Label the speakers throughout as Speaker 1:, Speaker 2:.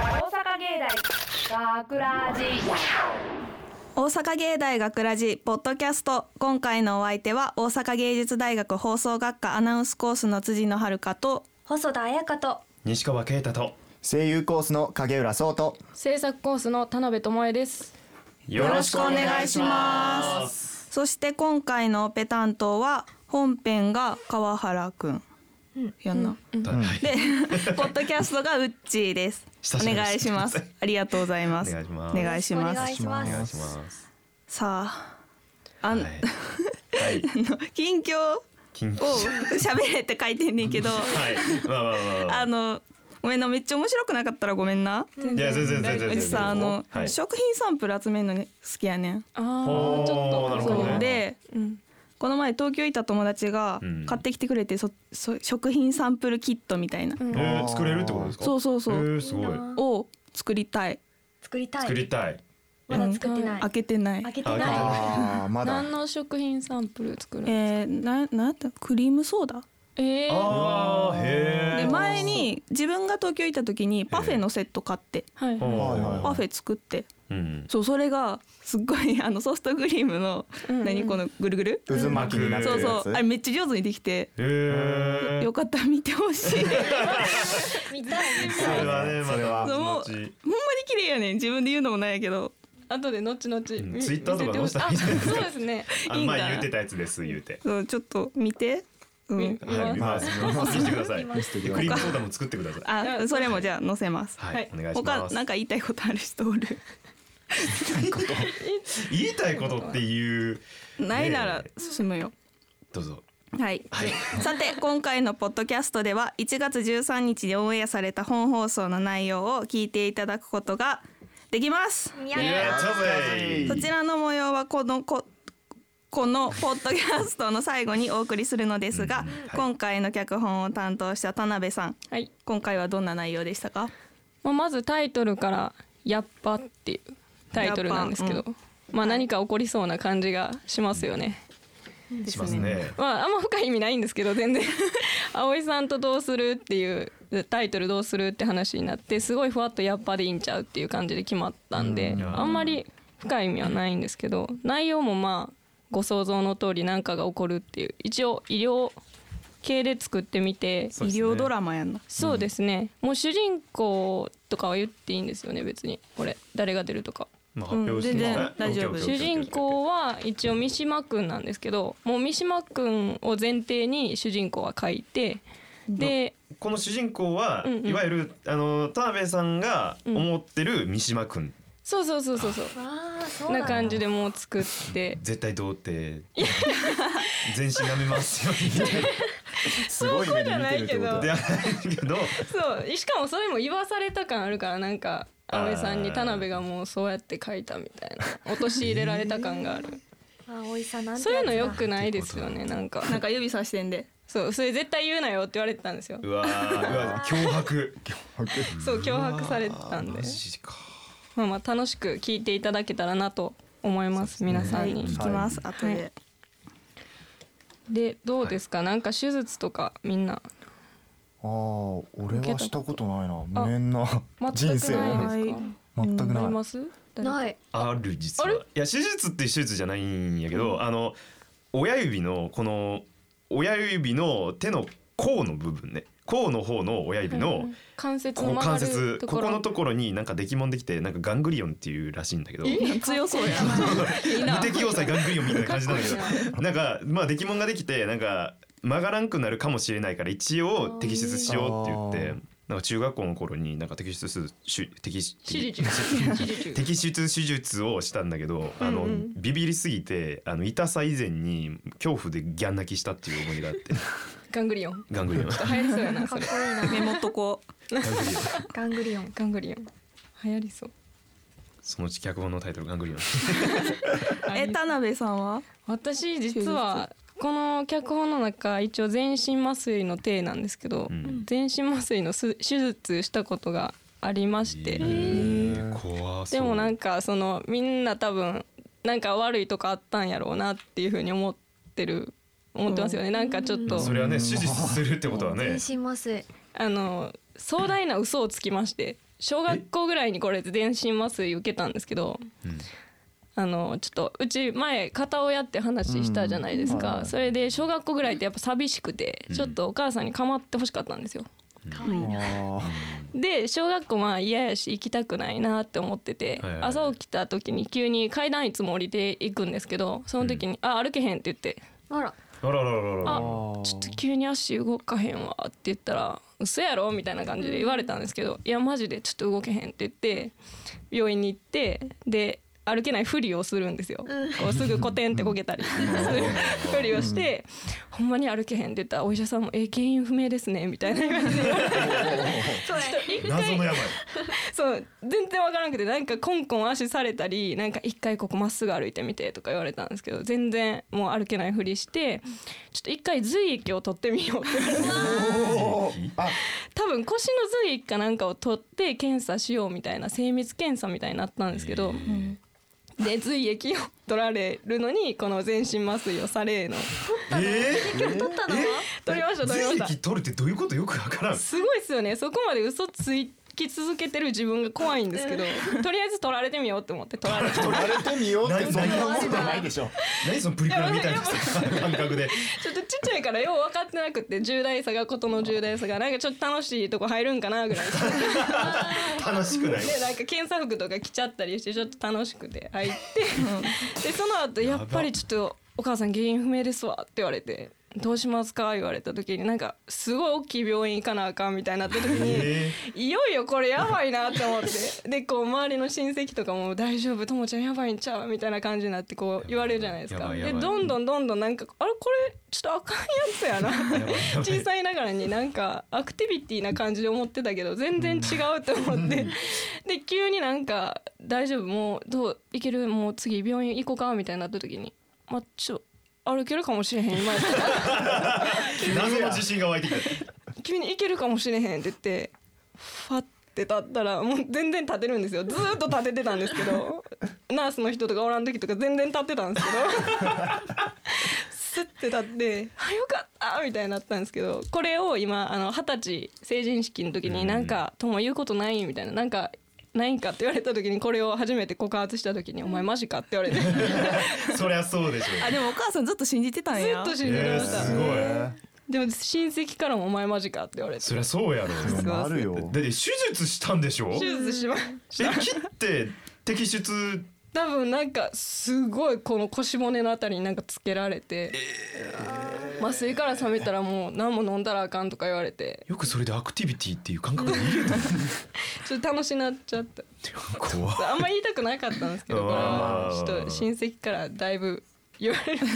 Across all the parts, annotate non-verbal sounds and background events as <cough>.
Speaker 1: 芸大学ラジ
Speaker 2: 大阪芸大学ラジポッドキャスト今回のお相手は大阪芸術大学放送学科アナウンスコースの辻野遥と
Speaker 1: 細田彩香と
Speaker 3: 西川圭太と
Speaker 4: 声優コースの影浦壮と
Speaker 5: 制作コースの田辺智恵です。
Speaker 3: よ
Speaker 2: ろしくお願いしますそして今回のオペ担当は本編が川原くんやんな、
Speaker 3: は
Speaker 2: <laughs>
Speaker 3: い
Speaker 2: ポッドキャストがウッチーです
Speaker 3: 久し
Speaker 2: お
Speaker 3: ぶりです
Speaker 2: 願いしますありがとうございます
Speaker 3: お願いしま
Speaker 2: お
Speaker 3: す
Speaker 2: 願いし
Speaker 1: お
Speaker 2: ます
Speaker 1: 願いしま
Speaker 3: お
Speaker 1: す
Speaker 3: 願いします
Speaker 2: さああ
Speaker 3: は
Speaker 2: ん、
Speaker 3: いはい
Speaker 2: 近況を
Speaker 3: 緊急
Speaker 2: 喋れって書いてんねん
Speaker 3: <laughs>
Speaker 2: けど
Speaker 3: はいまあまあまあ
Speaker 2: あのごめんなめっちゃ面白くなかったらごめんな
Speaker 3: まあいや全然全然全
Speaker 2: う
Speaker 3: 然
Speaker 2: ちさあの、
Speaker 3: はい
Speaker 2: 食品サンプル集めるのね好きやねん。
Speaker 5: あ
Speaker 3: お
Speaker 5: あ
Speaker 3: ー
Speaker 5: ちょ
Speaker 3: な
Speaker 5: っ
Speaker 3: る
Speaker 5: と
Speaker 3: ほどね
Speaker 5: そう
Speaker 2: で
Speaker 5: うん
Speaker 2: この前東京行った友達が
Speaker 3: うん
Speaker 2: 買ってきてくれて、そそ食品サンプルキットみたいな、
Speaker 5: うん
Speaker 3: えー作れるってことですか
Speaker 2: そうそうそう、
Speaker 3: えーすごい
Speaker 2: を作りたい、
Speaker 1: 作りた
Speaker 3: 作
Speaker 1: い
Speaker 3: りたい
Speaker 1: まだ作ってない
Speaker 2: 開けてない
Speaker 1: 開けてない
Speaker 4: ああまだ
Speaker 5: 何の食品サンプル作るんで
Speaker 2: え
Speaker 5: すか？
Speaker 2: ー、ななんやったクリームソーダ
Speaker 5: えー
Speaker 3: あーへ
Speaker 2: で
Speaker 3: え
Speaker 2: 前に自分が東京行った時にパフェのセット買って
Speaker 5: はいはい
Speaker 4: はいはい
Speaker 2: パフェ作って
Speaker 3: うん
Speaker 2: そうそれがすっごいあのソフトクリームの、
Speaker 5: うんうん
Speaker 2: 何このぐるぐる、
Speaker 4: 渦巻きになって
Speaker 2: そ
Speaker 4: る
Speaker 2: う
Speaker 4: や
Speaker 2: そ
Speaker 4: つ
Speaker 2: うあれめっちゃ上手にできて、
Speaker 3: へえ
Speaker 2: よかったら見てほしいほんまに
Speaker 1: 見たい
Speaker 3: それはね
Speaker 4: それは
Speaker 3: また後々
Speaker 2: そ綺麗やねん自分で言うのもないやけど
Speaker 5: 後で後々
Speaker 3: ん
Speaker 5: み
Speaker 3: Twitter とか
Speaker 5: 見せてほ
Speaker 3: 載
Speaker 5: し
Speaker 3: せたらいい
Speaker 5: あそうですね。
Speaker 3: あ
Speaker 2: いいんか
Speaker 3: 前言ってたやつです言うて
Speaker 2: そうちょっと見て、うん
Speaker 5: み、
Speaker 3: はい見ます見ます見してください
Speaker 4: て
Speaker 1: 見
Speaker 4: ください
Speaker 3: でクリームソーダも作ってください
Speaker 2: あそれもじゃあ載せます、
Speaker 3: はいはいお願いします
Speaker 2: 他なんか言いたいことある人おる
Speaker 3: 言いたいことっていう
Speaker 2: ないなら
Speaker 3: ねえ
Speaker 2: 進むよ
Speaker 3: どうぞ
Speaker 2: はい、 <laughs> さて今回のポッドキャストでは1月13日にオンエアされた本放送の内容を聞いていただくことができます
Speaker 1: い
Speaker 3: いやちょぜ
Speaker 2: そちらの模様はこのここのポッドキャストの最後にお送りするのですが、
Speaker 3: うんはい
Speaker 2: 今回の脚本を担当した田辺さん
Speaker 5: はい。
Speaker 2: 今回はどんな内容でしたか
Speaker 5: まあまずタイトルからやっぱっていうタイトルなんですけ
Speaker 2: や
Speaker 5: ど
Speaker 2: っぱ。
Speaker 5: まあ何か起こりそうな感じがしますよね。
Speaker 3: しますね
Speaker 5: まああんま深い意味ないんですけ
Speaker 3: <laughs>
Speaker 5: ど全然葵さんとどうするっていうタイトルどうするって話になってすごいふわっとやっぱでいいんちゃうっていう感じで決まったんで
Speaker 3: うん
Speaker 5: あんまり深い意味はないんですけど内容もまあご想像の通り何かが起こるっていう一応医療系で作ってみて
Speaker 3: そうです
Speaker 2: 医
Speaker 3: ね
Speaker 2: 療ドラマやんな
Speaker 5: そうですねもう主人公とかは言っていいんですよね別にこれ誰が出るとか。
Speaker 3: まあ発表して
Speaker 2: うん全然大丈夫
Speaker 5: 主人公は一応三島くんなんですけどもう三島くんを前提に主人公は書いてで
Speaker 3: この主人公は、
Speaker 5: うんうん
Speaker 3: いわゆるあの田辺さんが
Speaker 5: うん
Speaker 3: 思ってる三島くん、
Speaker 5: そうそうそうそうそう
Speaker 1: あーそう
Speaker 5: な
Speaker 1: なんだ
Speaker 5: 感じでもう作って
Speaker 3: 絶対童貞全身舐めますよみたい
Speaker 4: すごい目で見てるってこと
Speaker 5: そ
Speaker 3: な
Speaker 5: う
Speaker 3: ではないけど
Speaker 5: そうしかもそれも言わされた感あるからなんか葵さんに田辺がもうそうやって書いたみたい <laughs> な陥れられた感がある
Speaker 1: 葵さんなんて
Speaker 5: そういうの良く
Speaker 1: い
Speaker 5: ないですよねなんか
Speaker 2: なんか指さしてんで
Speaker 5: そうそれ絶対言うなよって言われてたんですよ
Speaker 3: うわーうわ脅迫
Speaker 5: そう脅迫されてたん
Speaker 3: うわー
Speaker 5: で
Speaker 3: マジか
Speaker 5: まあまあ楽しく聞いていただけたらなと思います皆さんに。
Speaker 2: 聞きます、後で、
Speaker 5: はいでどうですか、なんか手術とかみんな
Speaker 4: ああ俺はしたことないな無縁な
Speaker 5: 全くない
Speaker 4: 人
Speaker 5: です
Speaker 4: 生
Speaker 5: か
Speaker 2: ない
Speaker 4: 全く
Speaker 5: あ
Speaker 4: な
Speaker 5: り
Speaker 4: い
Speaker 5: ますい
Speaker 1: ない
Speaker 3: ある実は
Speaker 5: あれ
Speaker 3: いや手術って手術じゃないんやけど、あの親指のこの親指の手の甲の部分ね甲の方の親指の、
Speaker 5: 関節
Speaker 3: こ
Speaker 5: の
Speaker 3: こ
Speaker 5: 曲が
Speaker 3: 関
Speaker 5: る
Speaker 3: 節
Speaker 5: とこ
Speaker 3: こ
Speaker 5: ろ
Speaker 3: このところになんかできもんできてなんかガングリオンっていうらしいんだけど無
Speaker 2: 強そうや
Speaker 3: 敵要塞ガングリオンみたいな感じなんだ
Speaker 5: <laughs> か
Speaker 3: けどなんかまあできもんができてなんか曲がらんくなるかもしれないから一応摘出しようって言ってなんか中学校の頃になんか摘出するし摘出
Speaker 5: 手術手術
Speaker 3: 摘出手術をしたんだけど、あのビビりすぎてあの痛さ以前に恐怖でギャン泣きしたっていう思い出があって
Speaker 5: <laughs> ガングリオン
Speaker 3: ガングリオン
Speaker 5: 流行りそうやな
Speaker 1: か
Speaker 5: そ
Speaker 1: っ
Speaker 5: れ
Speaker 1: こいいな
Speaker 2: メモっとこう
Speaker 1: ガングリオン
Speaker 5: ガングリオン流行りそう
Speaker 3: そのうち脚本のタイトルガングリオン
Speaker 2: え田辺さんは
Speaker 5: 私実はこの脚本の中一応全身麻酔の体なんですけど、
Speaker 3: うん
Speaker 5: 全身麻酔のす手術したことがありまして、
Speaker 3: えー怖そう
Speaker 5: でもなんかそのみんな多分なんか悪いとこあったんやろうなっていうふうに思ってる思ってますよね、なんかちょっと
Speaker 3: それはね手術するってことはね
Speaker 1: 全身麻酔
Speaker 5: あの壮大な嘘をつきまして小学校ぐらいにこれ全身麻酔受けたんですけど
Speaker 3: うん
Speaker 5: あのちょっとうち前片親って話したじゃないです
Speaker 4: うん
Speaker 5: か、
Speaker 4: はい
Speaker 5: それで小学校ぐらいってやっぱ寂しくて、
Speaker 3: うん
Speaker 5: ちょっとお母さんに構ってほしかったんですよ
Speaker 1: 可愛いな。
Speaker 5: で小学校まあ嫌やし行きたくないなって思ってて、
Speaker 3: はいはいはい
Speaker 5: 朝起きた時に急に階段いつも降りていくんですけどその時に「あ歩けへん」って言って
Speaker 1: あら、
Speaker 3: あららららら
Speaker 5: あちょっと急に足動かへんわって言ったら「嘘やろ?」みたいな感じで言われたんですけど「いやマジでちょっと動けへん」って言って病院に行ってで歩けないふりをするんですよ。こうすぐコテンってこ
Speaker 3: <laughs>
Speaker 5: けたりするふりをして「ほんまに歩けへん」って言ったらお医者さんも「え原因不明ですね」みたいな感じで言われて
Speaker 1: そうや
Speaker 5: 一
Speaker 3: 謎
Speaker 5: 回
Speaker 3: の病
Speaker 5: そう全然わからなくてなんかコンコン足されたりなんか一回ここまっすぐ歩いてみてとか言われたんですけど全然もう歩けないふりしてちょっと一回髄液を取ってみようって言われて
Speaker 4: あ、
Speaker 5: 多分腰の髄液かなんかを取って検査しようみたいな精密検査みたいになったんですけど、で髄液を取られるのにこの全身麻酔をされの
Speaker 3: ええ
Speaker 1: 今日取ったのは。
Speaker 5: 取りました取りました
Speaker 3: 髄液取るってどういうことよくわからん
Speaker 5: すごいですよねそこまで嘘つき続けてる自分が怖いんですけど、とりあえず取られてみようって思って取られて
Speaker 4: 取られてみようってそんなことないでしょ。
Speaker 3: 何そのプリクラみたいな感覚
Speaker 5: <laughs>
Speaker 3: で
Speaker 5: ちょっとちっちゃいからよう分かってなくて重大さがことの重大さがなんかちょっと楽しいとこ入るんかなぐらい
Speaker 3: 楽しくない <laughs>
Speaker 5: でなんか検査服とか着ちゃったりしてちょっと楽しくて入ってでその後やっぱりちょっと「お母さん原因不明ですわ」って言われて「どうしますか?」言われた時になんかすごい大きい病院行かなあかんみたいになった時に。
Speaker 3: え
Speaker 5: いよいよこれやばいなって思ってでこう周りの親戚とかも「大丈夫ともちゃんやばいんちゃう?」みたいな感じになってこう言われるじゃないです
Speaker 3: や
Speaker 5: か
Speaker 3: ばいやば
Speaker 5: で
Speaker 3: い
Speaker 5: どんどんどんどんなんか「あれこれちょっとあかんやつやな」
Speaker 3: ーやばいやばい
Speaker 5: 小さいながらになんかアクティビティな感じで思ってたけど全然違うと思ってで急になんか「大丈夫もうどういけるもう次病院行こうか」みたいになった時に「まあちょ歩けるかもしれへん今やったら
Speaker 3: 謎の自信が湧いてきた
Speaker 5: 君に行けるかもしれへんって言ってファって立ったらもう全然立てるんですよずーっと立ててたんですけ <laughs> どナースの人とかおらん時とか全然立ってたんですけどスッて立って「あよかった!」みたいになったんですけどこれを今あの二十歳成人式の時になんか「とも言うことない」みたいななんか。ないんかって言われた時にこれを初めて告発した時に「お前マジか?」って言われてず
Speaker 3: そりゃそうでしょ
Speaker 2: あでもお母さんずっと信じてたんや
Speaker 5: っと信じて
Speaker 3: え
Speaker 5: ま
Speaker 3: ー
Speaker 5: した
Speaker 3: すごい
Speaker 5: でも親戚からも「お前マジか?」って言われて
Speaker 3: そりゃそうやろだ
Speaker 4: でもあるよ
Speaker 3: っ。て手術したんでしょ
Speaker 5: 手術しました
Speaker 3: え切って摘出
Speaker 5: 多分なんかすごいこの腰骨のあたりになんかつけられて、麻酔から覚めたらもう何も飲んだらあかんとか言われて
Speaker 3: よくそれでアクティビティっていう感覚で見れた
Speaker 5: ちょっと楽しなっちゃった
Speaker 3: 怖
Speaker 5: あんま言いたくなかったんですけどこれは
Speaker 3: あー
Speaker 5: ちょっと親戚からだいぶ言われる <laughs>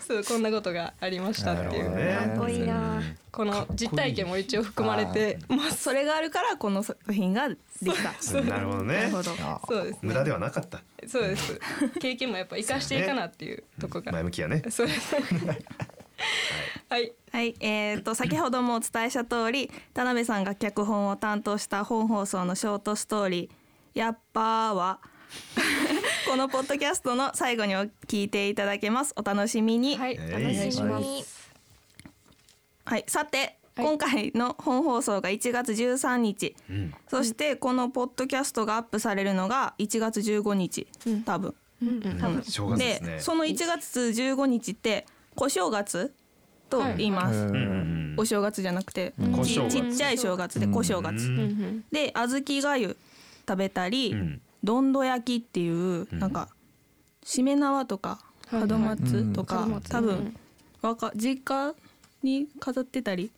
Speaker 5: そうこんなことがありました <laughs> ってい
Speaker 4: なるほど
Speaker 5: う
Speaker 4: ね
Speaker 1: かっこいいな。
Speaker 5: この実体験も一応含まれてます
Speaker 2: それがあるからこの作品ができた
Speaker 3: なるほど
Speaker 2: な
Speaker 3: ね
Speaker 2: るほど
Speaker 4: あ
Speaker 5: そうです
Speaker 3: 無
Speaker 5: ね
Speaker 3: 駄ではなかった
Speaker 5: そうです経験もやっぱ生かしていかなっていうとこ
Speaker 3: 前
Speaker 5: が
Speaker 3: 向きやね
Speaker 5: そうです <laughs> はい
Speaker 2: はい、えー、と先ほどもお伝えした通り田辺さんが脚本を担当した本放送のショートストーリー「やっぱーは」このポッドキャストの最後にお聞いていただけますお楽しみに、は
Speaker 5: はいい、
Speaker 3: えい
Speaker 1: 楽しみ
Speaker 4: はい
Speaker 1: に。
Speaker 2: さて、
Speaker 5: はい
Speaker 2: 今回の本放送が1月13日
Speaker 3: うん
Speaker 2: そしてこのポッドキャストがアップされるのが1月15日多分、
Speaker 3: うん正月ですね
Speaker 2: でその1月15日って小正月と言います、
Speaker 4: へ
Speaker 3: うんうんう
Speaker 4: ー
Speaker 3: ん
Speaker 2: お正月じゃなくて、
Speaker 3: 小
Speaker 2: ち
Speaker 3: 正月
Speaker 2: ちっちゃい正月で小正月、
Speaker 3: うん
Speaker 2: で小豆がゆ食べたり、
Speaker 3: うん
Speaker 2: どんど焼きっていう、なんかしめ縄とか
Speaker 5: はい
Speaker 2: 門松とか、
Speaker 5: うん門松
Speaker 2: 多分、わか実家に飾ってたり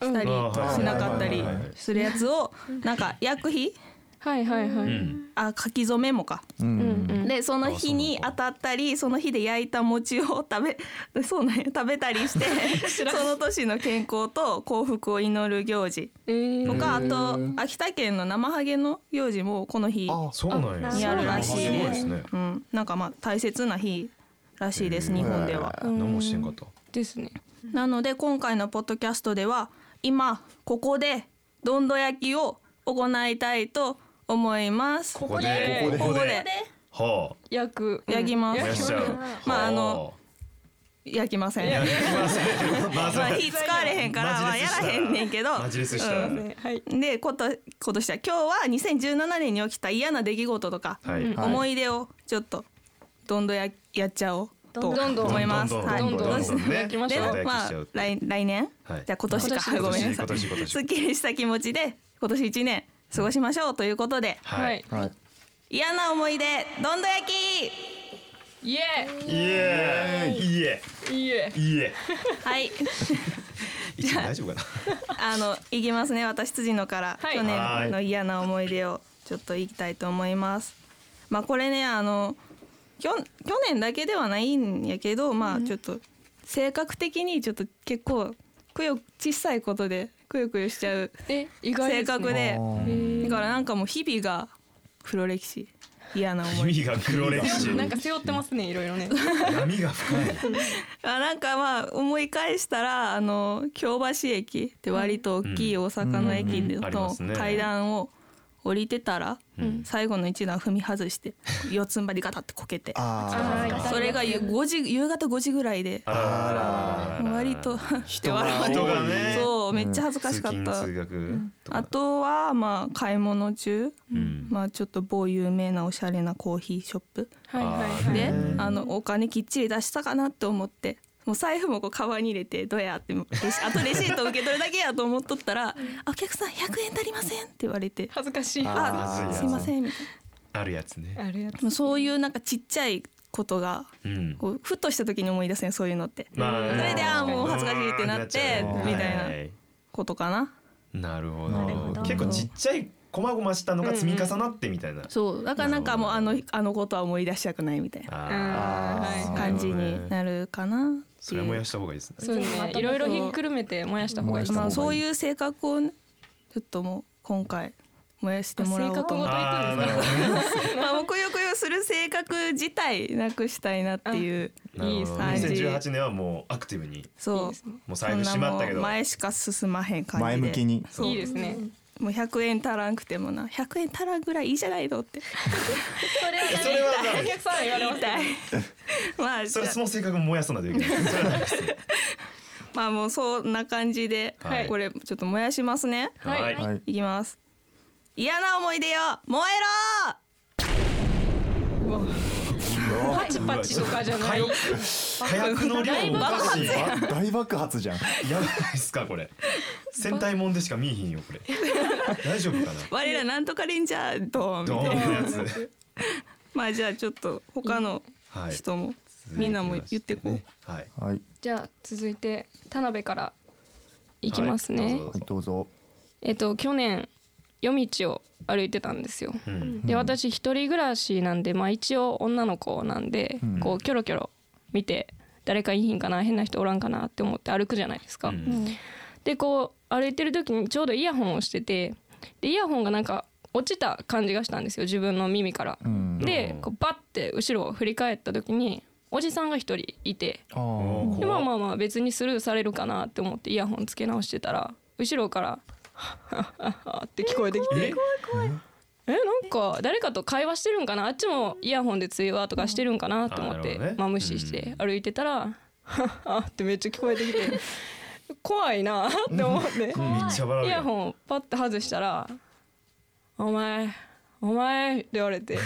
Speaker 2: したり
Speaker 3: うんあーはい
Speaker 2: しなかったり
Speaker 3: はいはいはい
Speaker 2: するやつをなんか薬費
Speaker 5: はいはいはい。
Speaker 3: うん
Speaker 2: あ書き初めもか
Speaker 4: うん
Speaker 5: うん
Speaker 2: でその日に当たったりその日で焼いた餅を食べ <laughs> そうなんや食べたりして
Speaker 5: <laughs>
Speaker 2: その年の健康と幸福を祈る行事
Speaker 5: えー
Speaker 2: とかあ
Speaker 4: へ
Speaker 2: と
Speaker 4: ー
Speaker 2: 秋田県の生ハゲの行事もこの日、
Speaker 4: あ
Speaker 3: そうなんや
Speaker 2: や
Speaker 1: あ
Speaker 2: るらしい
Speaker 3: すごいですね
Speaker 2: うん、なんかまあ大切な日らしいです
Speaker 3: へー
Speaker 2: 日本では。
Speaker 5: うん
Speaker 3: 何もしてんかった
Speaker 5: ですね。
Speaker 2: なので今回のポッドキャストでは今ここでどんど焼きを行いたいと思います。
Speaker 3: ここでここで
Speaker 2: ここで
Speaker 3: は
Speaker 5: 役
Speaker 2: やります
Speaker 3: あ
Speaker 2: や
Speaker 3: 燃やしちゃう
Speaker 1: は
Speaker 2: まああの
Speaker 3: は
Speaker 2: 焼きません。
Speaker 3: <laughs>
Speaker 2: まあ火使われへんからまあやらへんねんけど。
Speaker 3: マジレスしたら
Speaker 2: うん
Speaker 5: ねはい
Speaker 2: でこと今年は今日は2017年に起きた嫌な出来事とか、
Speaker 3: はい
Speaker 5: うん
Speaker 4: はい
Speaker 2: 思い出をちょっとどんどんややっちゃおうと
Speaker 5: どんどん
Speaker 2: 思います。
Speaker 3: どん
Speaker 2: はい
Speaker 5: どんどんどんどん
Speaker 2: そうです
Speaker 3: ね
Speaker 5: 行きまし
Speaker 2: で
Speaker 5: ょう
Speaker 2: まあ来来年、
Speaker 3: はい
Speaker 2: じゃあ今年か
Speaker 5: 今年
Speaker 2: ごめんなさ
Speaker 3: 今
Speaker 2: い。
Speaker 3: 年今
Speaker 2: すっ
Speaker 3: 年
Speaker 2: きりした気持ちで今年一年過ごしましょうということで
Speaker 5: はい
Speaker 4: はい。
Speaker 2: 嫌な思い出どんどん焼き
Speaker 5: イエ
Speaker 3: いえいえ
Speaker 5: ーイエー
Speaker 3: いえ
Speaker 2: はい
Speaker 3: いえ大丈夫か
Speaker 2: あのいきますね私辻野から、
Speaker 5: はい
Speaker 2: 去
Speaker 3: はい
Speaker 2: 年の嫌な思い出をちょっと言いたいと思います。まあこれねあのきょ去年だけではないんやけどまあちょっと性格的にちょっと結構くよ小さいことでくよくよしちゃう
Speaker 5: え意外
Speaker 2: 性
Speaker 5: です
Speaker 2: 格
Speaker 5: ね
Speaker 2: で
Speaker 4: あー
Speaker 2: だからなんかもう日々が黒歴史嫌な
Speaker 3: な
Speaker 2: 思い
Speaker 3: 耳が黒歴史
Speaker 5: なんか背負ってますねいろいろね
Speaker 3: 波が深い
Speaker 2: あなんかまあ思い返したらあの京橋駅って割と大きい大阪の駅で
Speaker 3: うんありますね
Speaker 2: の階段を降りてたら
Speaker 3: うん
Speaker 2: 最後の一段踏み外
Speaker 3: <laughs>
Speaker 2: して四つん這いでガタってこけて
Speaker 4: あ
Speaker 5: あー
Speaker 2: それがゆ5時夕方5時ぐらいで
Speaker 3: あら
Speaker 2: 割とって笑われ
Speaker 3: <laughs> 人
Speaker 2: て
Speaker 3: がね
Speaker 2: そうめっちゃ恥ずか
Speaker 3: 通
Speaker 2: しかっ
Speaker 3: 勤
Speaker 2: た
Speaker 3: 通。学とか
Speaker 2: あとはまあ買い物中、
Speaker 3: うん
Speaker 2: まあちょっと某有名なおしゃれなコーヒーショップ
Speaker 5: はいはいはい
Speaker 2: で
Speaker 4: うん
Speaker 2: あのお金きっちり出したかなって思ってもう財布もこうカバンに入れてどうやってもレシ <laughs> あとレシート受け取るだけやと思っとったら「あお客さん100円足りません」って言われて
Speaker 5: 恥ずか
Speaker 2: 「
Speaker 5: しいあ
Speaker 4: ー
Speaker 2: あ
Speaker 3: まずいやつ
Speaker 2: すいません」みたい
Speaker 3: あるやつね
Speaker 5: るや
Speaker 2: なもうそういうなんかちっちゃいことが
Speaker 3: うん
Speaker 2: こうふとした時に思い出せんそういうのって
Speaker 3: ま
Speaker 2: それであーもう恥ずかしいってなって
Speaker 3: うん
Speaker 4: み
Speaker 2: たいな
Speaker 3: は
Speaker 2: ことかな
Speaker 3: なるほど
Speaker 4: なるほど
Speaker 3: 結構ちっちゃい細々したのが積み重なってみたいな、
Speaker 2: そうだからなんかもうあのあのことは思い出したくないみたいな
Speaker 3: あ
Speaker 5: うん
Speaker 3: ー
Speaker 5: はい
Speaker 2: 感じになるかなっていう
Speaker 3: それ燃やした方がいいですね
Speaker 5: そうですねいろいろひっくるめて燃やした方がいい
Speaker 4: 燃や
Speaker 2: まあ、
Speaker 4: した方
Speaker 2: そ
Speaker 4: が
Speaker 2: う
Speaker 4: いい
Speaker 2: いう性格をねちょっともう今回燃やしてもらおう
Speaker 5: 性格
Speaker 2: と
Speaker 5: ごと行くんですか
Speaker 3: あーなるほどね
Speaker 2: ま <laughs> あもうくよくよする性格自体なくしたいなっていう
Speaker 3: なるほど
Speaker 2: いいですね
Speaker 3: 2018年はもうアクティブに
Speaker 5: いい
Speaker 2: そ
Speaker 5: ですね
Speaker 3: もう
Speaker 2: う
Speaker 3: 財布
Speaker 2: そ
Speaker 3: し
Speaker 2: んな
Speaker 3: ま
Speaker 2: も
Speaker 3: ったけ
Speaker 2: う
Speaker 3: ど
Speaker 2: 前しか進まへん感じで
Speaker 4: 前向きに。
Speaker 3: そう
Speaker 5: いいですね
Speaker 2: もう100円足らんくてもな100円足らんぐらいいいじゃないのって
Speaker 1: それは
Speaker 3: それはダ
Speaker 5: お
Speaker 3: メ
Speaker 5: 客さん言われま
Speaker 2: 言い
Speaker 5: した
Speaker 2: たい <laughs> まあ
Speaker 3: それその性格も燃やさないといけないそれはダメですね
Speaker 2: まあもうそんな感じで、
Speaker 3: はい
Speaker 2: これちょっと燃やしますね
Speaker 5: はい
Speaker 3: はい、
Speaker 4: はい。
Speaker 2: いきます嫌な思い出よ燃えろ
Speaker 5: パチパチとかじゃない
Speaker 3: 火
Speaker 2: <laughs>
Speaker 3: 薬の量おかしいや
Speaker 4: あ大爆発じゃん。
Speaker 3: ばいっすかこれ戦隊もんでしか見えひんよこれ大丈夫かな
Speaker 2: 我らなんとかレンジャードーンみ
Speaker 3: ド
Speaker 2: たいな
Speaker 3: ーンのやつ
Speaker 2: まあじゃあちょっと他の
Speaker 3: はい
Speaker 2: 人もみんなも言ってこう、
Speaker 3: はい
Speaker 4: はい。
Speaker 5: じゃあ続いて田辺からいきますね、
Speaker 3: はいどうぞ
Speaker 4: はいどうぞ。
Speaker 5: えっと去年夜道を歩いてたんですよ
Speaker 3: うん
Speaker 5: で私一人暮らしなんでまあ一応女の子なんで、
Speaker 4: うん
Speaker 5: こうキョロキョロ見て誰かいいひんかな変な人おらんかなって思って歩くじゃないですか、
Speaker 3: うん
Speaker 5: でこう歩いてる時にちょうどイヤホンをしててでイヤホンがなんか落ちた感じがしたんですよ自分の耳から、
Speaker 4: うん。
Speaker 5: で
Speaker 3: うん
Speaker 5: こうバッて後ろを振り返った時におじさんが一人いて
Speaker 4: あ
Speaker 3: お
Speaker 4: ー
Speaker 3: ー
Speaker 5: でまあまあまあ別にスルーされるかなって思ってイヤホンつけ直してたら後ろから「って聞こえてきて
Speaker 3: え
Speaker 5: えなんか誰かと会話してるんかなあっちもイヤホンで通話とかしてるんかなと思っ
Speaker 3: あなる
Speaker 5: て、
Speaker 3: ほどね
Speaker 5: まあ無視して歩いてたら「はっは」ってめっちゃ聞こえてきて怖いなって思って
Speaker 3: めっちゃ笑う
Speaker 5: イヤ
Speaker 3: やん
Speaker 5: ホンをパッて外したら「お前お前」って言われて。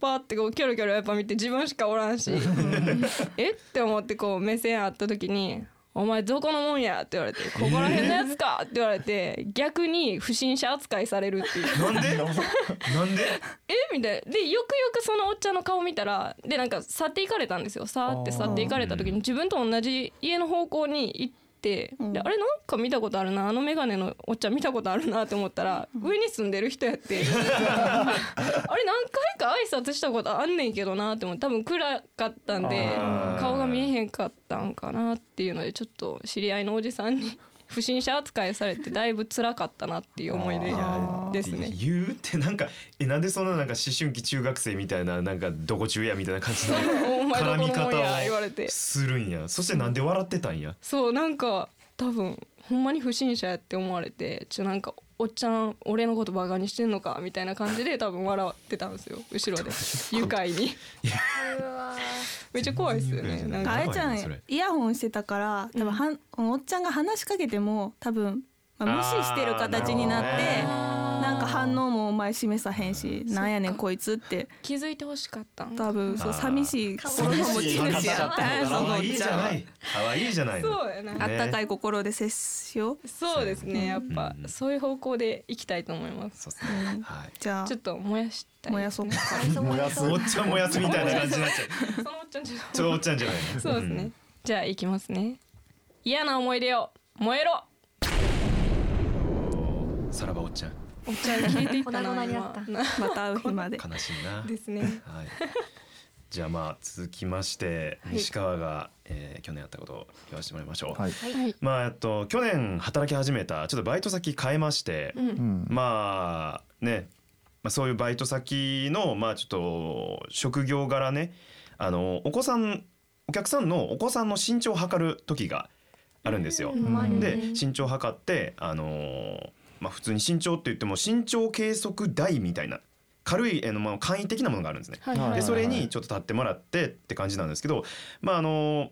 Speaker 5: パッてこうキョロキョロやっぱ見て自分しかおらんしえって思ってこう目線あった時に「お前どこのもんや」って言われて「ここら辺のやつか」って言われて逆に不審者扱いされるっていう
Speaker 3: なんでなんで
Speaker 5: えみたいなでよくよくそのおっちゃんの顔見たらでなんか去っていかれたんですよさーって去っていかれた時に自分と同じ家の方向に行って、であれなんか見たことあるなあの眼鏡のおっちゃん見たことあるなって思ったら、上に住んでる人やって <laughs> あれ何回か挨拶したことあんねんけどなって思って多分暗かったんで
Speaker 3: あー
Speaker 5: 顔が見えへんかったんかなっていうのでちょっと知り合いのおじさんに不審者扱いされてだいぶ辛かったなっていう思い出ですね。
Speaker 3: 言うってなんかえなんでそんななんか思春期中学生みたいななんかどこ中やみたいな感
Speaker 5: <laughs>
Speaker 3: じの
Speaker 5: お前ど
Speaker 3: 絡
Speaker 5: こ
Speaker 3: み
Speaker 5: のもん
Speaker 3: 方
Speaker 5: や言われて
Speaker 3: をするんやそしてなんで笑ってたんや
Speaker 5: そうなんか多分ほんまに不審者やって思われてちょなんかおっちゃん俺のことバカにしてんのかみたいな感じで多分笑ってたんですよ後ろで愉快にめっちゃ怖いですよね。なん
Speaker 3: や
Speaker 5: か
Speaker 2: あ
Speaker 3: ばい
Speaker 2: や
Speaker 3: な
Speaker 2: ちゃん
Speaker 3: それ
Speaker 2: イヤホンしてたから多分はん、おっちゃんが話しかけても多分、まあ、無視してる形になっ
Speaker 3: あーな
Speaker 2: て
Speaker 3: るほ
Speaker 2: なんか反応もお前示さへんし
Speaker 5: っか
Speaker 2: なんやねんこいつって
Speaker 5: 気づいてほしかったんだ。
Speaker 2: 多分そう
Speaker 3: あー
Speaker 2: 寂しい
Speaker 1: かわいい
Speaker 2: 心の持ち主やったんやそ
Speaker 3: 可
Speaker 2: のおっ
Speaker 3: 愛い
Speaker 2: ち
Speaker 3: じゃ
Speaker 2: ゃん
Speaker 3: ない可愛いじゃないの
Speaker 5: そうやな。
Speaker 2: あったかい心で接しよう
Speaker 5: そうですね。やっぱ
Speaker 3: うん
Speaker 5: そういう方向で行きたいと思いま
Speaker 3: そ
Speaker 5: す。
Speaker 3: うですねはい
Speaker 2: じゃ
Speaker 5: ちょっと燃やした
Speaker 2: あ
Speaker 5: い。
Speaker 2: 燃やそうか
Speaker 4: 燃やす
Speaker 3: おっちゃんもやつみたいな感じになっちゃう
Speaker 5: そのおっちゃんじゃない
Speaker 3: ちょおっちゃんじゃないの
Speaker 5: そうですね。
Speaker 3: ん
Speaker 5: じゃあ行きますね。嫌な思い出を燃えろ。
Speaker 3: おーさらばおっちゃん
Speaker 5: お茶を消えていったな。
Speaker 1: 粉々にな
Speaker 5: 今
Speaker 1: った
Speaker 5: な
Speaker 2: また会う日まで
Speaker 3: 悲しいな
Speaker 5: ですね。
Speaker 3: はい。じゃあまあ続きまして
Speaker 5: はい
Speaker 3: 西川が、えー去年やったことを言わせてもらいましょう。
Speaker 4: はい。
Speaker 5: はい。
Speaker 3: まあえっと去年働き始めたちょっとバイト先変えまして、
Speaker 5: うん。
Speaker 4: うん。
Speaker 3: まあね、まあそういうバイト先のまあちょっと職業柄ね、あのお子さんお客さんのお子さんの身長を測る時があるんですよ。
Speaker 4: ん
Speaker 3: で身長を測ってあのーまあ普通に身長って言っても身長計測台みたいな軽いあのまあ簡易的なものがあるんですね。
Speaker 5: はい
Speaker 4: は
Speaker 3: で
Speaker 4: い
Speaker 3: それにちょっと立ってもらってって感じなんですけど、まああの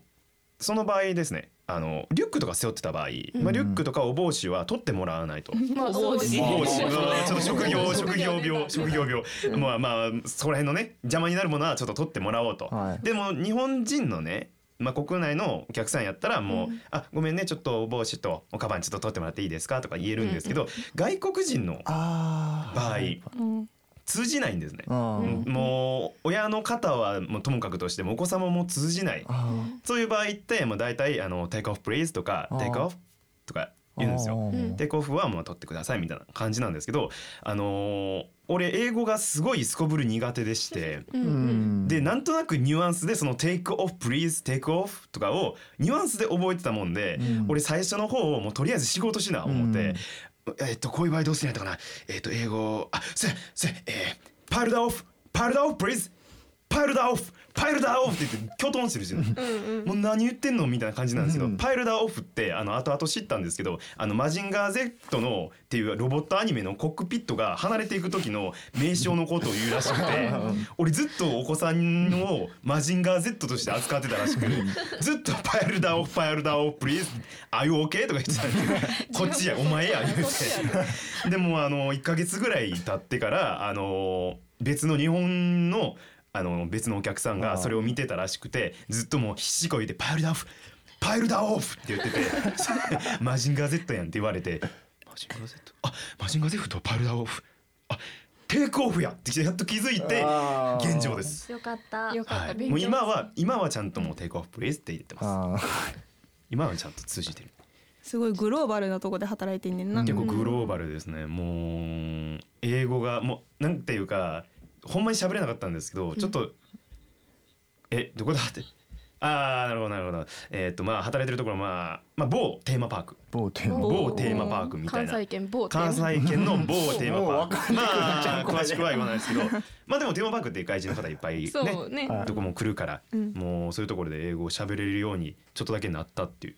Speaker 3: その場合ですねあのリュックとか背負ってた場合、まあ、リュックとかお帽子は取ってもらわないと。
Speaker 5: まあそうです
Speaker 3: お
Speaker 5: ね
Speaker 3: 帽子うわちょっと職業職業
Speaker 5: 出
Speaker 3: 病
Speaker 5: た
Speaker 3: 職業病、まあまあそこら辺のね邪魔になるものはちょっと取ってもらおうと、
Speaker 4: はい
Speaker 3: でも日本人のね、まあ、国内のお客さんやったらもう「あごめんねちょっとお帽子とおカバンちょっと取ってもらっていいですか」とか言えるんですけど、外国人の
Speaker 4: あ
Speaker 3: 場合
Speaker 2: うん
Speaker 3: 通じないんですね。
Speaker 4: あ。う。
Speaker 5: うんん
Speaker 3: もう親の方はもうともかくとしてもお子様も通じない
Speaker 4: あ
Speaker 3: そういう場合ってもう大体あの「テイクオフプレイズ」とか「
Speaker 4: あー
Speaker 3: テイクオフ」とか
Speaker 4: あ。
Speaker 3: 言うんですよ。
Speaker 4: う
Speaker 5: うん
Speaker 3: テイクオフはもう取ってくださいみたいな感じなんですけど、あのー俺英語がすごいすこぶる苦手でして。
Speaker 5: うんうん。
Speaker 4: ん。
Speaker 3: でなんとなくニュアンスでその「テイクオフプリーズテイクオフ」とかをニュアンスで覚えてたもんで、
Speaker 4: うん
Speaker 3: 俺最初の方をもうとりあえず仕事しな思って、えっとこういう場合どうすりゃいいのかなえっと英語あせせえー、パイルダーオフパイルダーオフプリーズパイルダーオフパイルダーオフって言ってキョトンしてるんですよもう何言ってんのみたいな感じなんですけど、
Speaker 4: うん
Speaker 3: パイルダーオフってあの後々知ったんですけどあのマジンガー Z のっていうロボットアニメのコックピットが離れていく時の名称のことを言うらしくて俺ずっとお子さんをマジンガー Z として扱ってたらしくずっと「パイルダーオフパイルダーオフプリーズ」「あ o k とか言って
Speaker 4: <laughs>
Speaker 3: たんですけどこっちやお前や言
Speaker 5: そっち
Speaker 3: う <laughs> てでもあの1か月ぐらい経ってからあの別の日本のあの別のお客さんがそれを見てたらしくてずっともう必死こいて「パイルダーオフパイルダーオフ!」って言って <laughs> て「マジンガー Z やん」って言われて「マジンガー Z? あマジンガー Z とパイルダーオフあテイクオフや!」ってやっと気づいて
Speaker 4: あー
Speaker 3: 現状です。
Speaker 1: よかった
Speaker 5: よかっ
Speaker 3: は
Speaker 5: た。
Speaker 3: い、
Speaker 5: 勉
Speaker 3: も
Speaker 5: 強
Speaker 3: う今は今はちゃんともうテイクオフプレイスって言ってます
Speaker 4: <laughs> あ
Speaker 3: 今はちゃんと通じてる
Speaker 2: すごいグローバルなとこで働いてんねんな
Speaker 3: 結構グローバルですねもう英語がもうなんていうかほんまに喋れなかったんですけどちょっと、えどこだってああなるほどなるほどえっ、とまあ働いてるところまあまあ某テーマパーク
Speaker 4: 某テーマ。
Speaker 3: 某テーマパークみたいな
Speaker 5: 関西圏某テーマ
Speaker 3: 関西圏の某テーマパークまあ
Speaker 4: これ
Speaker 3: 詳しくは言わないですけどまあでもテーマパークって外人の方いっぱいね
Speaker 5: そうね。
Speaker 4: はい
Speaker 3: どこも来るから、
Speaker 5: うん
Speaker 3: もうそういうところで英語を喋れるようにちょっとだけなったっていう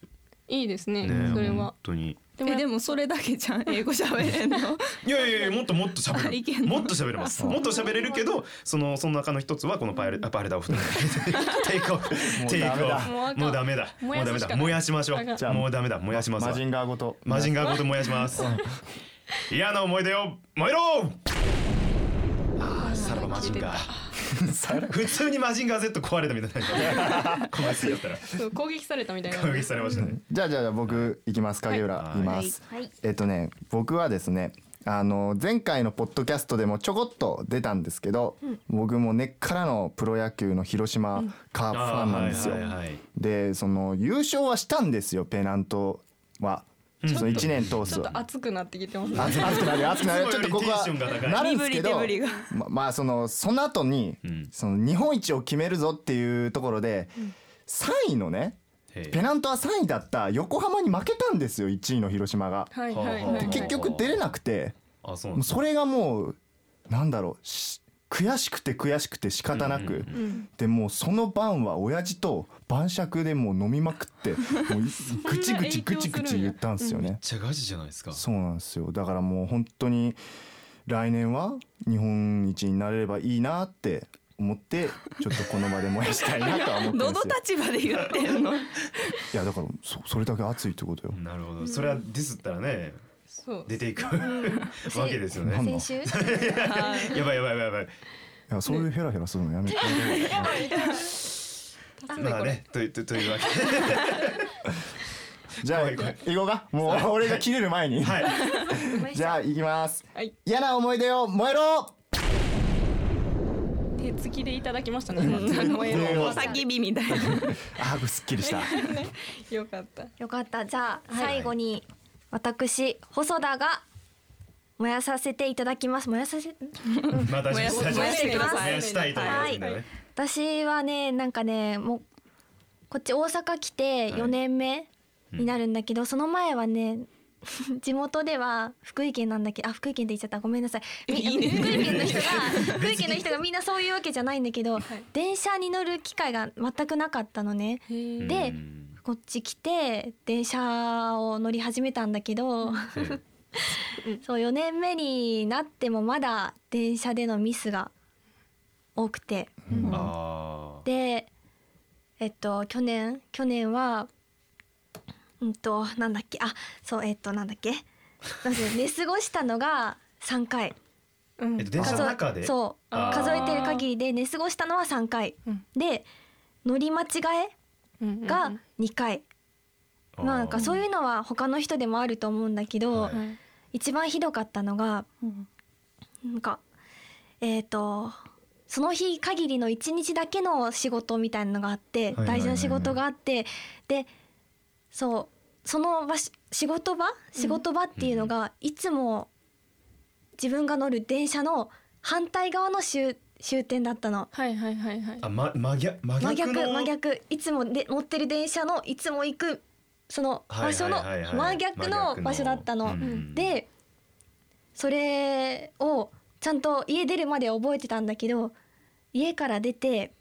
Speaker 5: いいですね。
Speaker 3: ね、
Speaker 5: それ
Speaker 3: 本
Speaker 5: は。
Speaker 3: 当に
Speaker 5: で
Speaker 2: え
Speaker 5: やっ
Speaker 2: でもそれだけじ <laughs> ゃん英語喋れんの
Speaker 3: いやいやいや
Speaker 5: <laughs>
Speaker 3: もっともっと喋
Speaker 2: あい
Speaker 3: れ
Speaker 2: け
Speaker 3: る
Speaker 2: んの
Speaker 3: もっと喋れますもっと喋れるけどそのその中の一つはこのパイルあパイルダーオフ <laughs> テイクオフ
Speaker 4: もう
Speaker 3: テイクオ
Speaker 4: ダメだ
Speaker 3: フ
Speaker 5: もう
Speaker 3: もうダメだもう
Speaker 5: あかん燃や
Speaker 3: ダメ
Speaker 5: すし
Speaker 3: だ
Speaker 5: かない
Speaker 3: 燃やしましょ
Speaker 5: あ
Speaker 4: か
Speaker 3: うんもうダメだ燃やしますわ
Speaker 4: マジンガーごと。
Speaker 3: マジンガーごと燃やします嫌な思い出を燃えろあーさらばマジンガー普通にマジンガー Z 壊れたみたい
Speaker 4: <laughs>
Speaker 3: なこの次やったら
Speaker 5: そう攻撃されたみたいな。
Speaker 3: 攻撃されましたね
Speaker 4: じゃあじゃあじゃあ僕行きます影浦
Speaker 3: はい
Speaker 4: います、
Speaker 1: はいはい
Speaker 4: えっとね僕はですねあの前回のポッドキャストでもちょこっと出たんですけど、僕も根っからのプロ野球の広島カープファンなんですよ、
Speaker 3: あーはいはいはい
Speaker 4: でその優勝はしたんですよペナントは、その1年通
Speaker 5: ち
Speaker 4: す
Speaker 5: ょっと熱くなってきてますね。
Speaker 4: 熱熱くなる熱くなる
Speaker 3: いつ
Speaker 4: ちょ
Speaker 3: も
Speaker 4: っ
Speaker 3: より
Speaker 4: とここ
Speaker 3: テン
Speaker 4: は
Speaker 3: ションが高い
Speaker 4: なるんです
Speaker 2: 身振り
Speaker 4: けど
Speaker 2: 手振りが
Speaker 4: ままあそのその後に、
Speaker 3: うん
Speaker 4: その日本一を決めるぞっていうところで、3位のね
Speaker 3: へえ
Speaker 4: ペナントは3位だった横浜に負けたんですよ1位の広島が。
Speaker 5: はいはい
Speaker 3: は
Speaker 5: はいい。
Speaker 4: 結局出れなくて
Speaker 3: あそうなん
Speaker 4: もう
Speaker 3: です
Speaker 4: それがもうなんだろうし悔しくて悔しくて仕方なく、
Speaker 5: うん。
Speaker 4: でもうその晩は親父と晩酌でもう飲みまくってもういぐちぐちぐちぐち言ったんですよね。
Speaker 3: めっちゃガチじゃないですか
Speaker 4: そうなんですよだからもう本当に来年は日本一になれればいいなって思ってちょっとこの場で燃やしたいなとは思ってるん
Speaker 2: ど
Speaker 4: で
Speaker 2: の
Speaker 4: すよ <laughs>
Speaker 2: 立場で言ってるの
Speaker 4: いやだからそそれだけ熱いってことよ
Speaker 3: なるほど。それはディスったらね、
Speaker 5: そう
Speaker 3: 出ていく <laughs> わけですよ
Speaker 4: なん
Speaker 3: ね。
Speaker 4: だ
Speaker 1: 先週
Speaker 3: <laughs> やばいやばいやばいやばい。
Speaker 4: いやそういうヘラヘラするのやめて
Speaker 3: まあね、というとというわけ
Speaker 2: <laughs>
Speaker 3: で、
Speaker 4: じゃあ
Speaker 3: 怖い怖い
Speaker 4: 行こうかもう俺が切れる前に、
Speaker 3: はい。
Speaker 4: <laughs> じゃあ行きます
Speaker 5: はい
Speaker 4: 嫌な思い出を燃えろ
Speaker 5: 手つきでいただきましたね今燃
Speaker 2: <laughs>
Speaker 5: え
Speaker 4: ね
Speaker 5: ろ
Speaker 2: 叫びみたいな
Speaker 4: あーこれすっきりした
Speaker 5: よかった
Speaker 1: よかったじゃあ最後に私細田が燃やさせていただきます燃やさせん
Speaker 3: まあ大丈夫です
Speaker 2: 燃や燃やしてください
Speaker 3: 燃やしたいと思いますんでね。
Speaker 1: はい私はねなんかねもうこっち大阪来て
Speaker 3: はい
Speaker 1: 4年目になるんだけど、その前はね <laughs> 地元では福井県なんだけどあ福井県って言っちゃったごめんなさいみ
Speaker 2: いいね
Speaker 1: 福井県の人が福井県の人がみんなそういうわけじゃないんだけど、電車に乗る機会が全くなかったのね。
Speaker 5: へ
Speaker 1: で
Speaker 3: うん
Speaker 1: こっち来て電車を乗り始めたんだけど、そう4年目になってもまだ電車でのミスが多くて。
Speaker 4: うん
Speaker 3: ああ。
Speaker 1: でえっと去年去年はうんとなんだっけあそうえっとなんだっけまず寝過ごしたのが3回
Speaker 5: うん
Speaker 3: えっと電車の中で。う。
Speaker 1: そう
Speaker 3: あー
Speaker 1: 数えてる限りで寝過ごしたのは3回、
Speaker 5: うん
Speaker 1: で乗り間違え
Speaker 5: が
Speaker 1: が2回、まあなんかそういうのは他の人でもあると思うんだけど、
Speaker 3: はい
Speaker 1: 一番ひどかったのがなんかえっ、とその日限りの一日だけの仕事みたいなのがあって、
Speaker 3: はいはいはいはい
Speaker 1: 大事な仕事があってでそうその場し仕事場仕事場っていうのが、いつも自分が乗る電車の反対側の終終点だったの。
Speaker 5: はいはいはいはい
Speaker 3: あ、ま、真逆、真
Speaker 1: 真
Speaker 3: 逆
Speaker 1: 逆
Speaker 3: の。
Speaker 1: 真逆いつもで乗ってる電車のいつも行くその場所の
Speaker 3: はいはいはいは
Speaker 1: 真
Speaker 3: い
Speaker 1: 逆の場所だったの。
Speaker 3: うん
Speaker 1: でそれをちゃんと家出るまでは覚えてたんだけど家から出て、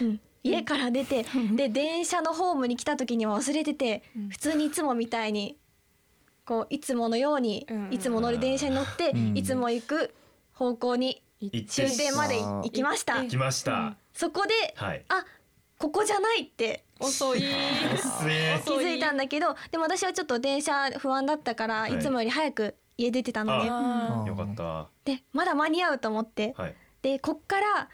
Speaker 1: うん、家から出てで電車のホームに来た時には忘れてて
Speaker 5: うん
Speaker 1: 普通にいつもみたいにこういつものように
Speaker 5: うん
Speaker 1: いつも乗る電車に乗って
Speaker 4: うん
Speaker 1: いつも行く方向に
Speaker 3: 行って
Speaker 1: 終点まで行きました
Speaker 5: 行っ。
Speaker 3: 来ました。
Speaker 1: そこで
Speaker 3: はい。
Speaker 1: あここじゃないって
Speaker 5: 遅い <laughs>
Speaker 3: おっせー
Speaker 1: 気づいたんだけどでも私はちょっと電車不安だったから
Speaker 3: はい
Speaker 1: いつもより早く家出てたのね。
Speaker 5: あ
Speaker 4: ー
Speaker 3: よかった。
Speaker 1: でまだ間に合うと思って
Speaker 3: はい。
Speaker 1: でこっから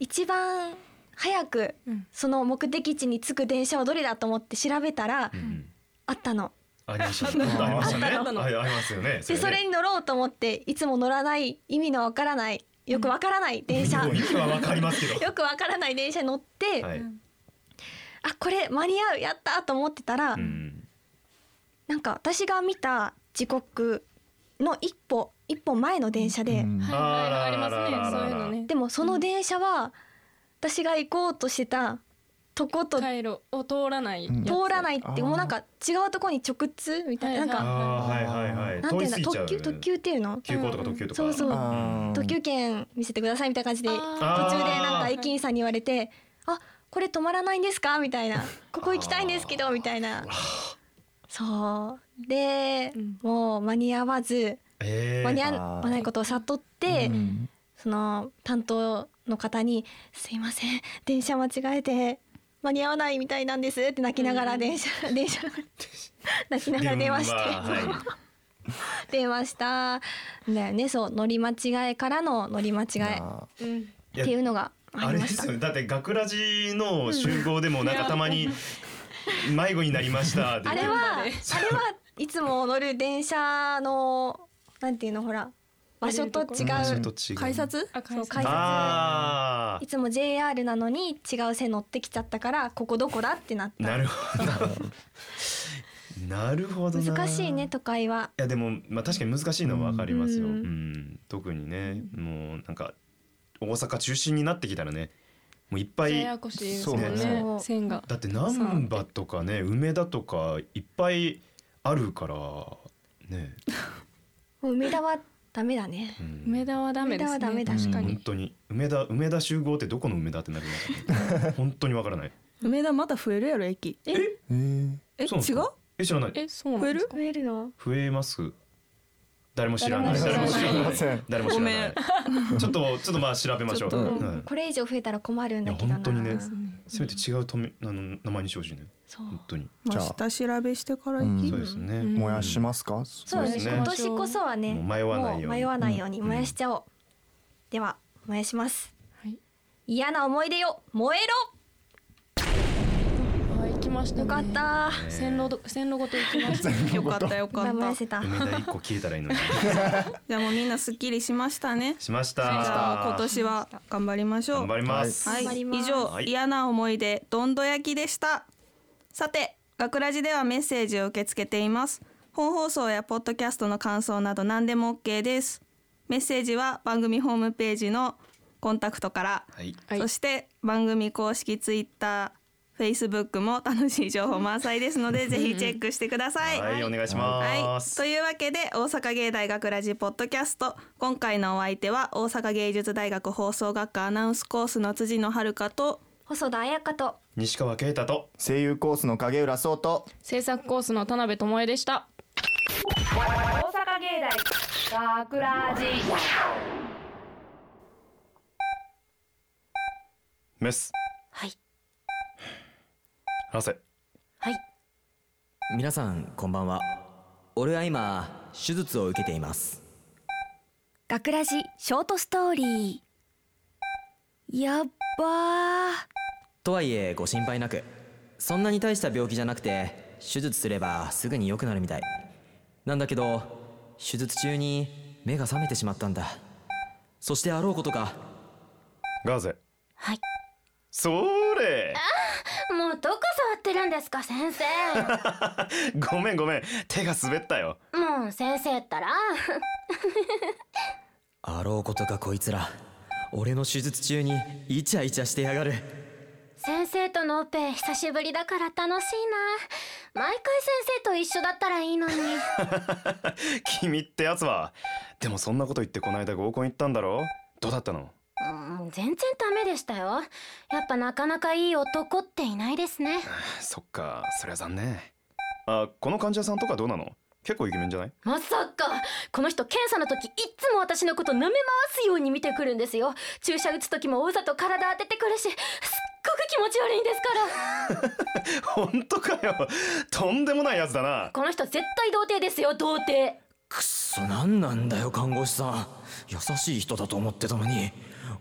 Speaker 1: 一番早く
Speaker 5: ーうん
Speaker 1: その目的地に着く電車はどれだと思って調べたら
Speaker 3: うん
Speaker 1: <laughs>
Speaker 3: うん
Speaker 1: あったの
Speaker 3: ありましたね。ありましたね。
Speaker 5: あったの
Speaker 3: はいありますよね。
Speaker 1: でそれ
Speaker 3: ね
Speaker 1: に乗ろうと思っていつも乗らない意味のわからないよくわからない電車
Speaker 3: もう
Speaker 1: よ
Speaker 3: 行くはわかりますけど。
Speaker 1: くわからない電車に乗って
Speaker 3: はい。
Speaker 1: あこれ間に合うやったと思ってたら
Speaker 3: うん
Speaker 1: なんか私が見た時刻の一歩一歩前の電車
Speaker 4: う
Speaker 1: で
Speaker 4: ん
Speaker 5: はい
Speaker 3: あら
Speaker 5: はいあり
Speaker 3: ら
Speaker 5: ま
Speaker 3: らららら
Speaker 5: すねそういうのね
Speaker 1: でもその電車は私が行こうとしてたとこと
Speaker 5: 回路を通らないやつ
Speaker 1: 通らないって
Speaker 4: あー
Speaker 1: もうなんか違うところに直通みたいななん
Speaker 5: はい
Speaker 1: か
Speaker 3: あーはいはいはい。
Speaker 1: なん
Speaker 3: 通
Speaker 1: てい
Speaker 3: り
Speaker 1: う
Speaker 3: 過
Speaker 1: んだ
Speaker 3: ぎちゃ
Speaker 1: 特
Speaker 3: う。
Speaker 1: 急特急っていうの
Speaker 3: 急行とか特急とか。
Speaker 1: そうそう
Speaker 4: あー
Speaker 1: 特急券見せてくださいみたいな感じで途
Speaker 5: あ
Speaker 3: ー
Speaker 1: 中でなんか駅員さんに言われて「あこれ止まらないんですか?」みたいな「ここ行きたいんですけど」みたいなそうで
Speaker 5: うん
Speaker 1: もう間に合わず
Speaker 3: ええ。
Speaker 1: 間に合わないことを悟って
Speaker 4: うん
Speaker 1: その担当の方に「すいません電車間違えて間に合わないみたいなんです」って泣きながら電車、 <laughs>
Speaker 3: <laughs>
Speaker 1: 電車泣きながら電話して
Speaker 3: 電話はい
Speaker 1: 電話したんだよねそう乗り間違えからの乗り間違
Speaker 4: い
Speaker 1: え
Speaker 4: や
Speaker 5: うん
Speaker 3: い
Speaker 1: っ
Speaker 3: や
Speaker 1: ていうのがあ
Speaker 3: あ
Speaker 1: り
Speaker 3: れで
Speaker 1: ました
Speaker 3: すよね。だって学ラジの集合でもなんかたまに迷子になりましたって言
Speaker 1: あ
Speaker 3: って。
Speaker 1: れはあ
Speaker 5: あ
Speaker 1: れ
Speaker 5: れ
Speaker 1: はいつも乗る電車のなんていうのほら場所と違
Speaker 3: 場所
Speaker 1: う
Speaker 3: と違う。
Speaker 2: 改札
Speaker 5: あ
Speaker 1: そう
Speaker 5: 改札
Speaker 1: 改札
Speaker 3: ああ
Speaker 1: い。つも JR なのに違う線乗ってきちゃったからここどこだってなった
Speaker 3: なる
Speaker 1: <laughs>
Speaker 3: ほど。なるほどな。
Speaker 1: 難しいね都会はい
Speaker 3: やでもまあ確かに難しいのはわかりますよ。う
Speaker 1: うんん、
Speaker 3: 特にね、もうなんか大阪中心になってきたらね、もういっぱ
Speaker 5: や
Speaker 3: い
Speaker 5: やこしいですもん
Speaker 1: そうそ
Speaker 5: ね
Speaker 1: う
Speaker 5: 線が
Speaker 3: だって難波とかね梅田とかいっぱいあるからね。
Speaker 1: もう梅田はダメだね
Speaker 3: うん
Speaker 5: 梅田はダメですね
Speaker 1: 梅田はダメだ
Speaker 5: 確か
Speaker 3: 本
Speaker 5: に
Speaker 3: 当に梅田梅田集合ってどこの梅田ってなりますね。本当にわからない。
Speaker 2: 梅田また増えるやろ駅え
Speaker 4: えー
Speaker 2: え違
Speaker 3: そうなんですかえ知らない。
Speaker 5: えそうなん
Speaker 2: 増え
Speaker 5: です
Speaker 2: る
Speaker 5: か
Speaker 1: 増えるの
Speaker 3: 増えます。誰も知らない。
Speaker 1: 誰も知ら
Speaker 4: ない
Speaker 3: 誰も知らない。ちょっとちょっとまあ調べましょう。
Speaker 2: ちょっと
Speaker 3: う
Speaker 1: うん
Speaker 3: ん
Speaker 1: これ以上増えたら困るん
Speaker 3: いや
Speaker 1: だけどな
Speaker 3: 本当にね、せめて違うとめあの名前にしてほしいね。
Speaker 1: そう
Speaker 3: 本当に。
Speaker 2: ま
Speaker 4: じゃ
Speaker 2: あ下
Speaker 4: あ
Speaker 2: 調べしてから行き、
Speaker 3: そうですね。
Speaker 4: 燃やしますか。
Speaker 1: そうですね
Speaker 3: そう
Speaker 1: 今
Speaker 3: で
Speaker 1: 年こそはね
Speaker 3: もう迷わないように
Speaker 1: も迷わないように
Speaker 3: うん
Speaker 1: 燃やしちゃおう、では燃やします
Speaker 6: はい。
Speaker 1: 嫌な思い出よ燃え
Speaker 6: あ行きました
Speaker 1: ろ
Speaker 6: ね。
Speaker 1: よかった、
Speaker 6: 線路ど線路ごと行きま
Speaker 1: <laughs>
Speaker 6: した。
Speaker 2: よかったよか
Speaker 1: 今
Speaker 2: っ
Speaker 1: 燃や
Speaker 2: た
Speaker 1: せた
Speaker 3: 梅田一個消えたらいいのに。
Speaker 2: じゃあもうみんなすっきりしましたね
Speaker 3: しまし
Speaker 2: じゃ
Speaker 3: た。
Speaker 2: あ今年は頑張りましょう
Speaker 3: 頑張ります。
Speaker 2: は
Speaker 1: 頑張
Speaker 2: い、
Speaker 1: ります
Speaker 2: 以上、
Speaker 3: はい
Speaker 2: 嫌な思い出どんど焼きでしたさて学ラジではメッセージを受け付けています本放送やポッドキャストの感想など何でも OK ですメッセージは番組ホームページのコンタクトから、
Speaker 3: はい。
Speaker 6: はい
Speaker 2: そして番組公式ツイッター、Facebook も楽しい情報満載ですのでぜひチェックしてください
Speaker 3: はい、お願いしま
Speaker 2: は
Speaker 3: す
Speaker 2: い、と。いうわけで大阪芸大学ラジポッドキャスト今回のお相手は大阪芸術大学放送学科アナウンスコースの辻野遥と
Speaker 1: 細田彩香と
Speaker 3: 西川圭太と。
Speaker 4: <laughs> 声優コースの影浦壮と。
Speaker 6: 制作コースの田辺智恵でした。
Speaker 7: 大阪芸大がくらじ
Speaker 3: メス。
Speaker 1: はい
Speaker 3: 話せ。
Speaker 1: はい
Speaker 8: 皆さんこんばんは俺は今手術を受けています
Speaker 1: 学ラジショートストーリーやっばー
Speaker 8: とはいえご心配なくそんなに大した病気じゃなくて手術すればすぐに良くなるみたいなんだけど手術中に目が覚めてしまったんだそしてあろうことか
Speaker 3: ガーゼ。
Speaker 9: はい。
Speaker 3: それ。
Speaker 9: もうどこ触ってるんですか先生
Speaker 3: <laughs> ごめんごめん。手が滑ったよ。 <laughs>
Speaker 9: もう先生ったら
Speaker 8: あろうことかこいつら俺の手術中にイチャイチャしてやがる
Speaker 9: 先生とのオペ久しぶりだから楽しいな毎回先生と一緒だったらいいのに
Speaker 3: 君ってやつは。でもそんなこと言ってこの間合コン行ったんだろどうだったの
Speaker 9: うん全然ダメでしたよやっぱなかなかいい男っていないですね
Speaker 3: そっか、そりゃ残念。あ、この患者さんとかどうなの結構イケメンじゃない
Speaker 9: まさかこの人検査の時いっつも私のこと舐め回すように見てくるんですよ注射打つ時もわざと体当ててくるしすっごく気持ち悪いんですから
Speaker 3: 本当かよ。とんでもないやつだな。
Speaker 9: この人絶対童貞ですよ童貞
Speaker 8: くっそ何なんだよ看護師さん優しい人だと思ってたのに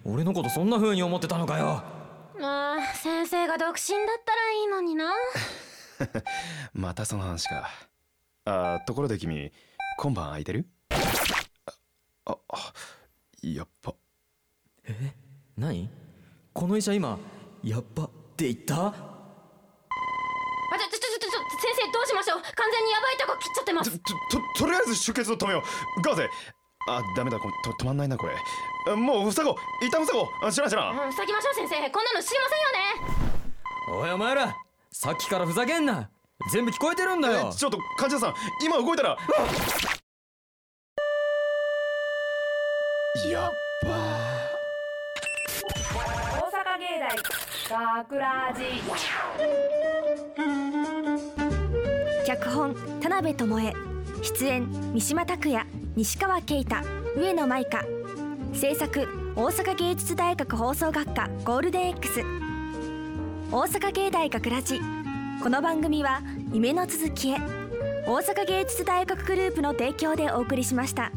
Speaker 8: 俺のことそんな風に思ってたのかよ
Speaker 9: ああ先生が独身だったらいいのにな
Speaker 3: またその話か。あ、ところで君、今晩空いてるあ、あ、やっぱ。
Speaker 8: 何この医者今「やっぱ」って言った
Speaker 9: あちょちょちょちょちょ先生どうしましょう完全にやばいとこ切っちゃってま
Speaker 3: と
Speaker 9: す
Speaker 3: とととりあえず出血を止めようガーゼあダメだこれと止まんないなこれあもう塞ごう一旦塞ごうあ知らん知らん
Speaker 9: うん塞ぎましょう先生こんなの知りませんよね
Speaker 8: おいお前らさっきからふざけんな全部聞こえてるんだよ
Speaker 3: えちょっと患者さん今動いたらやっば
Speaker 7: 大阪芸大がくらじ
Speaker 1: 脚本田辺智恵出演三島拓也西川圭太上野舞香制作大阪芸術大学放送学科ゴールデン X 大阪芸大学ラジこの番組は夢の続きへ大阪芸術大学グループの提供でお送りしました。